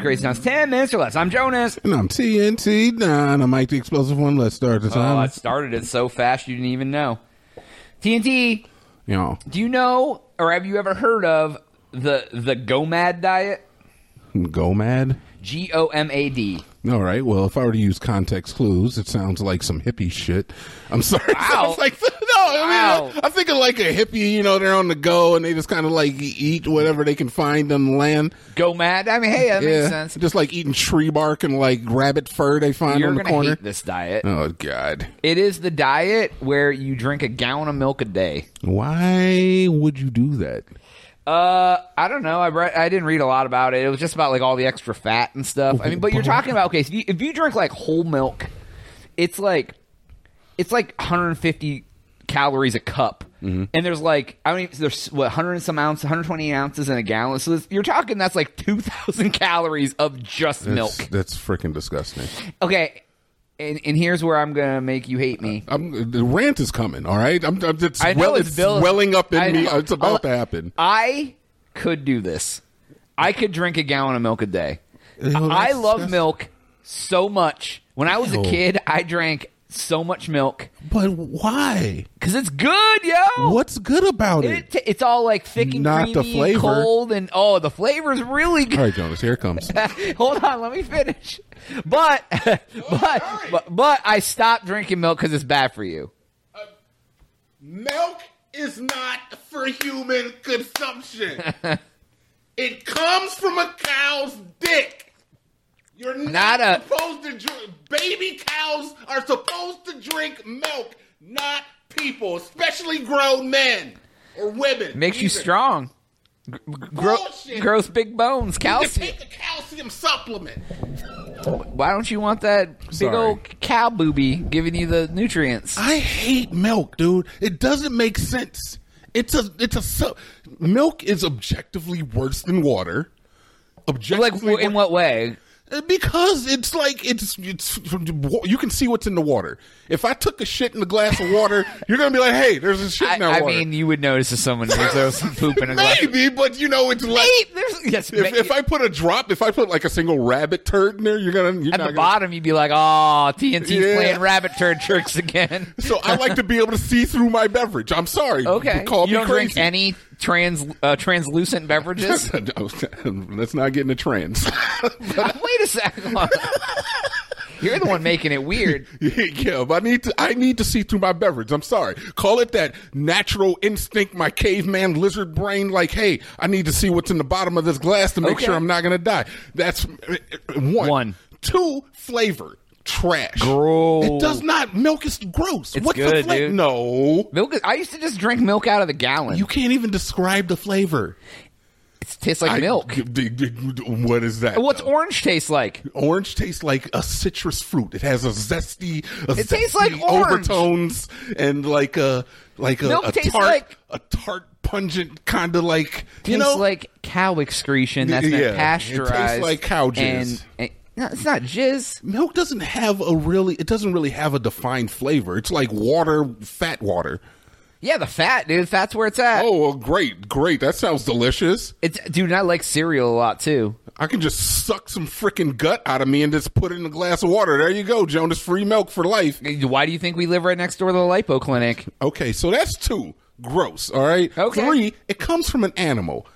Crazy Sounds. Ten minutes or less. I'm Jonas. And I'm TNT Dynamite, the explosive one. Let's start the Oh, I time. started it so fast you didn't even know. TNT, you know, do you know or have you ever heard of the the GOMAD diet? go mad. G O M A D. All right. Well, if I were to use context clues, it sounds like some hippie shit. I'm sorry. It Wow. sounds like no. I mean, Wow. I, am thinking like a hippie. You know, they're on the go and they just kind of like eat whatever they can find on the land. GOMAD. I mean, hey, that yeah, makes sense. just like eating tree bark and like rabbit fur they find You're on the gonna corner. hate this diet. Oh God! It is the diet where you drink a gallon of milk a day. Why would you do that? Uh, I don't know. I read, I didn't read a lot about it. It was just about like all the extra fat and stuff. I mean, but you're talking about okay, so if you, if you drink like whole milk, it's like it's like 150 calories a cup. And there's like I mean there's what 100 and some ounces, 120 ounces in a gallon. So it's, you're talking that's like 2,000 calories of just That's- milk. That's freaking disgusting. Okay, and and here's where I'm gonna make you hate me. I'm, the rant is coming. All right, I'm, I'm it's, I know well, it's it's, built- welling up in I me. know. It's about I'll- to happen. I could do this. I could drink a gallon of milk a day. Ew, I that's love disgusting. milk so much. When I was a Ew. kid, I drank so much milk But why? because it's good, yo. What's good about It, it? t- it's all like thick and Not creamy, the and flavor. cold, and oh, the flavor's really All good. right, Jonas, here it comes. Hold on, let me finish. But but, but but I stopped drinking milk because it's bad for you. Milk is not for human consumption. it comes from a cow's dick. You're Not a- supposed to drink. Baby cows are supposed to drink milk, not people, especially grown men or women. Makes you Either. strong. Gr- Gro- Bullshit. gross big bones, calcium. a calcium supplement. Why don't you want that big Sorry. old cow booby giving you the nutrients? I hate milk, dude. It doesn't make sense. It's a it's a su- milk is objectively worse than water. Like Objectively, w- in what way? wor- because it's like it's it's you can see what's in the water. If I took a shit in a glass of water, you're gonna be like, hey, there's a shit I, in that I water. mean, you would notice if someone was there was some poop in a glass. Maybe, but you know it's like Hey, there's- yes, ma- if, if I put a drop, if I put like a single rabbit turd in there, you're gonna you're at not the gonna- bottom, you'd be like, "Oh, TNT's Yeah. playing rabbit turd tricks again." So I like to be able to see through my beverage. I'm sorry. Okay, call you me don't drink crazy. any trans uh, translucent beverages. Let's not get into trends. Wait a second. You're the one making it weird. yeah, but I need to. I need to see through my beverage. I'm sorry. Call it that natural instinct, my caveman lizard brain. Like, hey, I need to see what's in the bottom of this glass to make Okay. sure I'm not gonna die. That's uh, uh, one. One. Two flavor trash. Gross. It does not. Milk is gross. It's what's the good, flavor? dude. No. Milk. Is, I used to just drink milk out of the gallon. You can't even describe the flavor. it tastes like I- milk. d- d- d- what is that? What's though? orange taste like? Orange tastes like a citrus fruit. It has a zesty, a It tastes zesty like orange. overtones and like a like a, Milk a tastes tart, like- a tart pungent kind of like you tastes know like cow excretion that's Yeah, been it tastes pasteurized. like cow jizz. And, and, no, it's not jizz. milk doesn't have a really it doesn't really have a defined flavor. It's like water, fat water. Yeah, the fat, dude. Fat's where it's at. Oh, well, great, great. That sounds delicious. It's dude. and I like cereal a lot too. I can just suck some freaking gut out of me and just put it in a glass of water. There you go, Jonas. Free milk for life. Why do you think we live right next door to the lipo clinic? Okay, so that's two. Gross. All right. Okay. Three. It comes from an animal.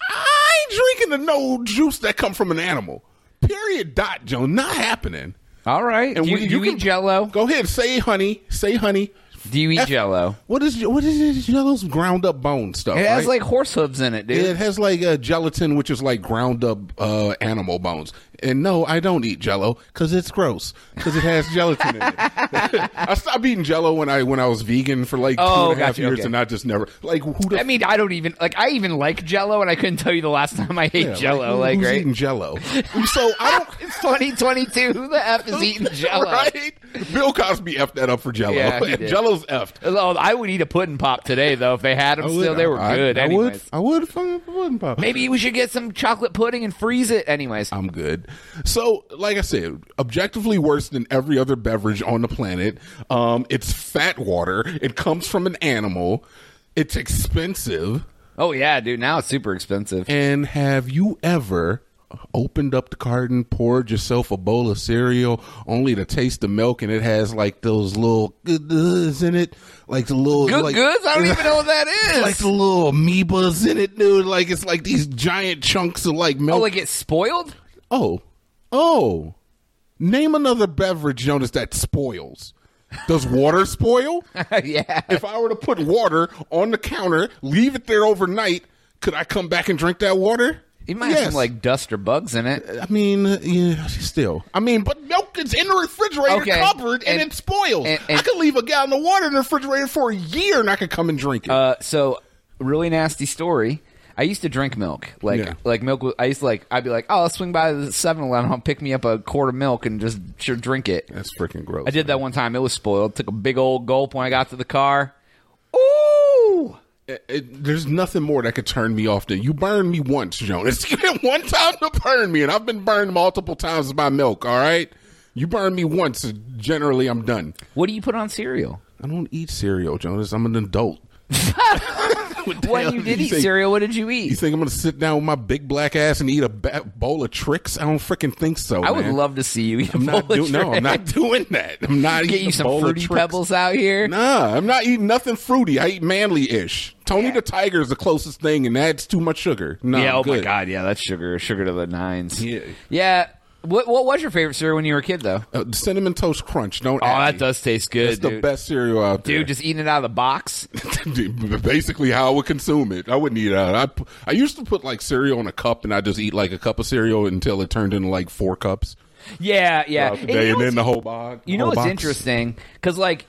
I ain't drinking the no juice that come from an animal. Period. Dot. Joe. Not happening. All right. do you, we- do you can- eat Jello? Go ahead. Say honey. Say honey. Do you eat F- Jello? What is what is it? Jello's ground up bone stuff. It has right? like horse hooves in it, dude. it has like a gelatin, which is like ground up uh, animal bones. And no, I don't eat Jello because it's gross because it has gelatin in it. I stopped eating Jello when I when I was vegan for like two and a half Oh, gotcha, years, okay. and I just never like who the I mean, I don't even like. I even like Jello, and I couldn't tell you the last time I ate Yeah, Jello. who- Like, who's right? eating Jello. So I don't. It's 2022. Who the f is eating Jello? Right? Bill Cosby effed that up for Jello. Yeah, he did. Jello's effed. Oh, I would eat a pudding pop today, though, if they had them still. They were I- good. I, anyways. would. I would. fucking wouldn't pop. Maybe we should get some chocolate pudding and freeze it. Anyways, I'm good. So, like I said, objectively worse than every other beverage on the planet. Um, it's fat water. It comes from an animal. It's expensive. oh yeah, dude, now it's super expensive. And have you ever opened up the carton, poured yourself a bowl of cereal, only to taste the milk, and it has like those little good goods in it, like the little Good like, goods? I don't even know what that is. like the little amoebas in it, dude. Like it's like these giant chunks of like oh, milk. like it's spoiled? oh, oh. Name another beverage known as that spoils. Does water spoil? yeah. if I were to put water on the counter, leave it there overnight, could I come back and drink that water? It might have some like dust or bugs in it. I mean, yeah, still. I mean, but milk is in the refrigerator Okay. covered and, And- it spoils. and- and- I could leave a gallon of water in the refrigerator for a year and I could come and drink it. Uh, so really nasty story. I used to drink milk, like Yeah. like milk. was- I used to like I'd be like, oh, I'll swing by the 7-Eleven, I'll pick me up a quart of milk and just sure drink it. That's freaking gross. I did that one time. It was spoiled. Took a big old gulp when I got to the car. Ooh, It- it- there's nothing more that could turn me off than you burned me once, Jonas. You had one time to burn me, and I've been burned multiple times by milk, all right? You burn me once, generally I'm done. what do you put on cereal? I don't eat cereal, Jonas. I'm an adult. What the hell When you did eat think? cereal, what did you You eat? think I'm gonna sit down with my big black ass and eat a ba- bowl of tricks? I don't freaking think so. I would man. love to see you eat a I'm bowl not of doing. No, Trix. I'm not doing that. I'm not Get eating you a some bowl of fruity Trix. pebbles out here. Nah, I'm not eating nothing fruity. I eat manly ish. Tony the Tiger is the closest thing, and that's too much sugar. No, yeah. I'm Oh my good. god. Yeah, that's sugar. Sugar to the nines. Yeah. Yeah. What What was your favorite cereal when you were a kid, though? Uh, cinnamon toast crunch. Don't. Oh, at that me. does taste good, It's dude. the best cereal out there, Dude, just eating it out of the box. Dude, Basically, how I would consume it. I wouldn't eat out. I pu- I used to put like cereal in a cup, and I just eat like a cup of cereal until it turned into like four cups. Yeah, yeah. throughout And the day, you and know then the what's, whole box. you know whole what's box. interesting? Because like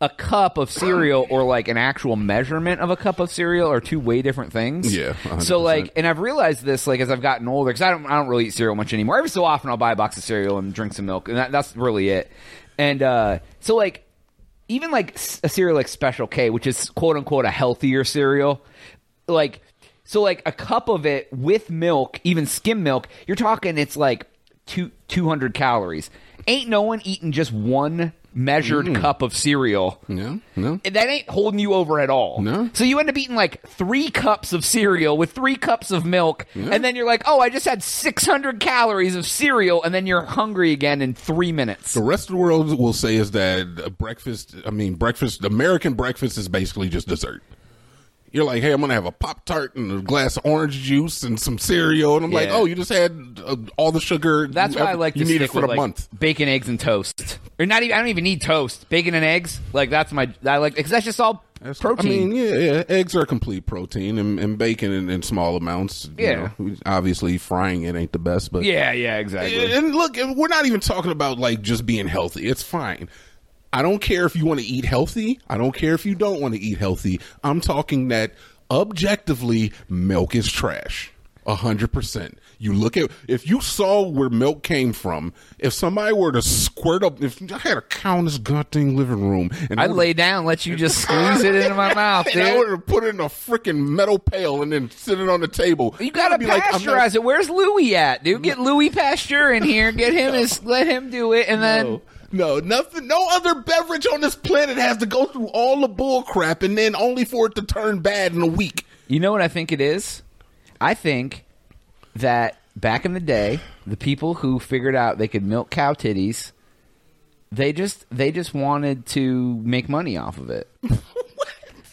a cup of cereal or like an actual measurement of a cup of cereal are two way different things. Yeah, 100%. So like, and I've realized this like as I've gotten older because I don't I don't really eat cereal much anymore. Every so often I'll buy a box of cereal and drink some milk, and that, that's really it. And uh, so like even like s- a cereal like Special K, which is quote unquote a healthier cereal, like so like a cup of it with milk, even skim milk, you're talking it's like two two hundred calories. Ain't no one eating just one measured cup of cereal. No, no. And That ain't holding you over at all. No. So you end up eating like three cups of cereal with three cups of milk, and then you're like, "Oh, I just had 600 calories of cereal," and then you're hungry again in three minutes. The rest of the world will say is that uh, breakfast. I mean, breakfast. the American breakfast is basically just dessert. You're like, hey, I'm gonna have a pop tart and a glass of orange juice and some cereal, and I'm like, Yeah. oh, you just had uh, all the sugar. That's you why I ever- like to you need stick it for with, the like, month. Bacon, eggs, and toast, or not even. I don't even need toast. Bacon and eggs, like that's my. I like because that's just all protein. I mean, yeah, yeah, eggs are complete protein, and, and bacon in, in small amounts. you Yeah. know. obviously frying it ain't the best, but yeah, yeah, exactly. And and look, and we're not even talking about like just being healthy. It's fine. I don't care if you want to eat healthy. I don't care if you don't want to eat healthy. I'm talking that objectively, milk is trash. A hundred percent. You look at if you saw where milk came from. If somebody were to squirt up, if I had a cow in this goddamn living room, and I would've- lay down, let you just squeeze it into my mouth, and I would dude. have put it in a freaking metal pail and then sit it on the table. You I'd gotta be like, I'm pasteurize not- it. Where's Louis at, dude? Get Louis Pasteur in here. Get him his. Let him do it, and then No, no, nothing. No other beverage on this planet has to go through all the bull crap and then only for it to turn bad in a week. You know what I think it is? I think that back in the day, the people who figured out they could milk cow titties, they just they just wanted to make money off of it.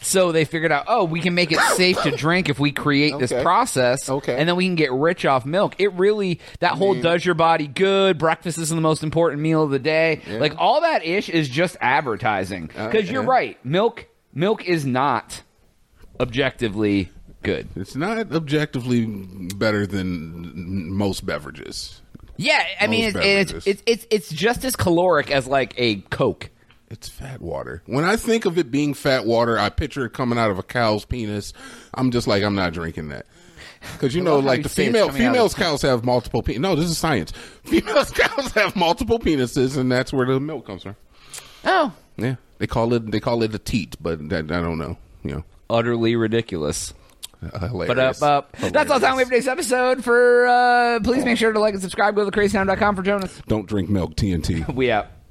so they figured out, oh, we can make it safe to drink if we create this Okay. process, Okay. and then we can get rich off milk. It really that whole does your body good. Breakfast is the most important meal of the day. Like all that ish is just advertising. Because you're yeah. right, milk milk is not objectively good. It's not objectively better than most beverages. Yeah, I mean it's Most it's, beverages. it's it's it's just as caloric as like a Coke. It's fat water. When I think of it being fat water, I picture it coming out of a cow's penis. I'm just like, I'm not drinking that. Because you know, love how like you the say it's female coming out of females cows have multiple pe No, this is science. Females cows have multiple penises, and that's where the milk comes from. Oh, Yeah, they call it they call it a teat, but that, I don't know. You know, utterly ridiculous. But hilarious. up, up. That's all the time we have Hilarious. for today's episode. For uh, please make sure to like and subscribe. Go to crazytown.com for Jonas. Don't drink milk, TNT. We out.